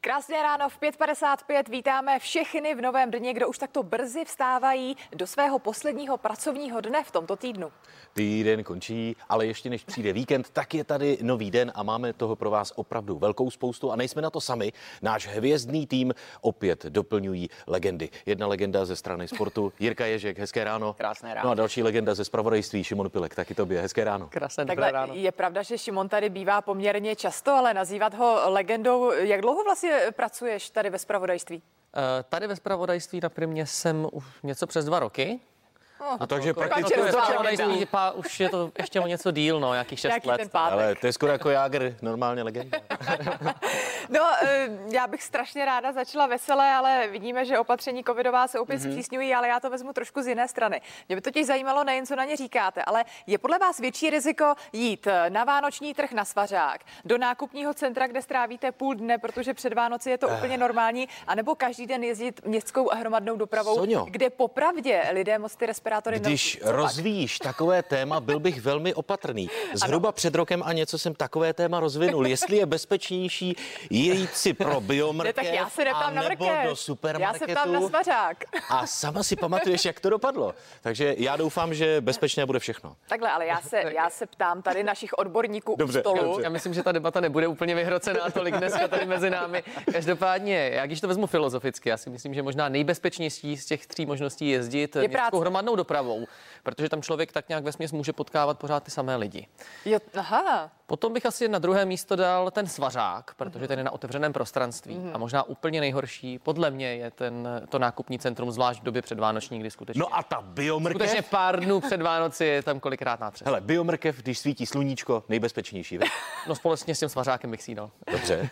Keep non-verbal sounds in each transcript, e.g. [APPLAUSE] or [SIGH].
Krásné ráno v 5.55. Vítáme všechny v Novém dně, kdo už takto brzy vstávají do svého posledního pracovního dne v tomto týdnu. Týden končí, ale ještě než přijde víkend, tak je tady nový den a máme toho pro vás opravdu velkou spoustu a nejsme na to sami. Náš hvězdný tým opět doplňují legendy. Jedna legenda ze strany sportu, Jirka Ježek, hezké ráno. Krásné ráno. No a další legenda ze spravodajství, Šimon Pilek, taky tobě, hezké ráno. Krásné Takhle dobré ráno. je pravda, že Šimon tady bývá poměrně často, ale nazývat ho legendou, jak dlouho vlastně pracuješ tady ve spravodajství? Eh, Tady ve spravodajství na Primě jsem už něco přes dva roky. Jako No, takže prakticky Ve to docela spravodajství legenda. pá, už je to ještě o něco díl, no, nějakých šest Nějaký let. ten pátek. Ale to je skoro jako Jágr, normálně legenda. No, eh, já bych strašně ráda začala veselé, ale vidíme, že opatření covidová se Mhm. opět zpřísňují, ale já to vezmu trošku z jiné strany. Mě by totiž zajímalo nejen, co na ně říkáte, ale je podle vás větší riziko jít eh, na vánoční trh na svařák, do nákupního centra, kde strávíte půl dne, protože před Vánoci je to Eh. úplně normální, anebo každý den jezdit městskou a hromadnou dopravou, Soňo. kde popravdě lidé moc ty respirátory Když nosí. Co pak? rozvíjíš takové téma, byl bych [LAUGHS] velmi opatrný. Zhruba před rokem a něco jsem takové téma rozvinul. Jestli je bezpečnější jít si pro Ne, biomrkev tak já se neptám na a nebo mrkev. do Já supermarketu. se ptám na svařák. a sama si pamatuješ, jak to dopadlo. Takže já doufám, že bezpečné bude všechno. Takhle, ale [LAUGHS] já se, já se ptám tady našich odborníků Dobře, u stolu. dobře. Já myslím, že ta debata nebude úplně vyhrocená tolik dneska tady mezi námi. Každopádně, já když to vezmu filozoficky, já si myslím, že možná nejbezpečnější z těch tří možností je jezdit práce. je městskou hromadnou dopravou, protože tam člověk tak nějak vesměs může potkávat pořád ty samé lidi. Jo, aha, Potom bych asi na druhé místo dal ten svařák, protože ten je na otevřeném prostranství. A možná úplně nejhorší, podle mě, je ten, to nákupní centrum, zvlášť v době předvánoční, kdy skutečně, No a ta skutečně biomrkev? pár dnů před Vánoci je tam kolikrát nátřes. Hele, biomrkev, když svítí sluníčko, nejbezpečnější. viď? No společně s tím svařákem bych si ji dal. Dobře.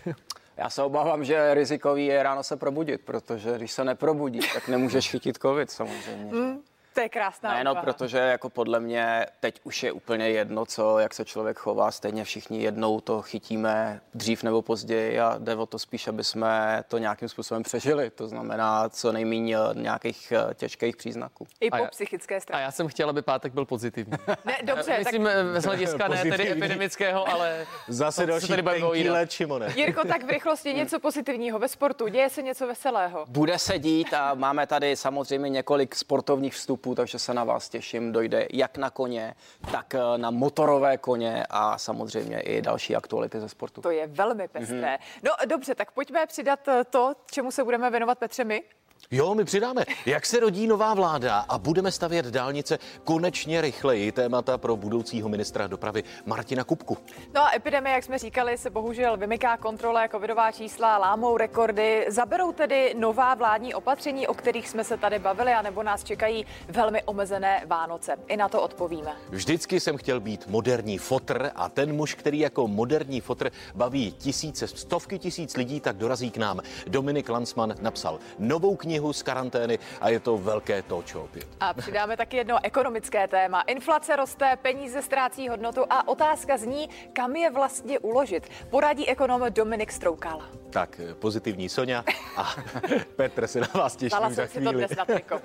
Já se obávám, že rizikový je ráno se probudit, protože když se neprobudíš, tak nemůžeš chytit covid samozřejmě. že? to je krásná Ne, no, úvaha. protože jako podle mě teď už je úplně jedno, co, jak se člověk chová, stejně všichni jednou to chytíme dřív nebo později a jde o to spíš, aby jsme to nějakým způsobem přežili, to znamená co nejméně nějakých eh, těžkých příznaků. I A po já- psychické A straně. já jsem chtěl, aby pátek byl pozitivní. Ne, dobře, tak Myslím tak... z hlediska ne tedy Pozitivní. epidemického, ale Zase to se další tady budeme tenký povídat. let, Šimone. Jirko, tak v [LAUGHS] Hmm. rychlosti něco pozitivního ve sportu. Děje se něco veselého. Bude se dít a máme tady samozřejmě několik sportovních vstupů, takže se na vás těším. Dojde jak na koně, tak eh, na motorové koně a samozřejmě i další aktuality ze sportu. To je velmi Mhm. pestré. No dobře, tak pojďme přidat eh, to, čemu se budeme věnovat Petře my. Jo, my přidáme. Jak se rodí nová vláda a budeme stavět dálnice konečně rychleji? Témata pro budoucího ministra dopravy Martina Kupku. No a epidemie, jak jsme říkali, se bohužel vymyká kontrole, covidová čísla lámou rekordy. Zaberou tedy nová vládní opatření, o kterých jsme se tady bavili, anebo nás čekají velmi omezené Vánoce. I na to odpovíme. Vždycky jsem chtěl být moderní fotr a ten muž, který jako moderní fotr baví tisíce, stovky tisíc lidí, tak dorazí k nám. Dominik Lansman napsal novou knihu z karantény a je to velké točo opět. A přidáme taky jedno ekonomické téma. Inflace roste, peníze ztrácí hodnotu a otázka zní, kam je vlastně uložit. Poradí ekonom Dominik Stroukala. Tak eh, pozitivní Sonja a [LAUGHS] Petr se na vás těší Dala už za jsem si to [LAUGHS] chvíli. dnes na triko.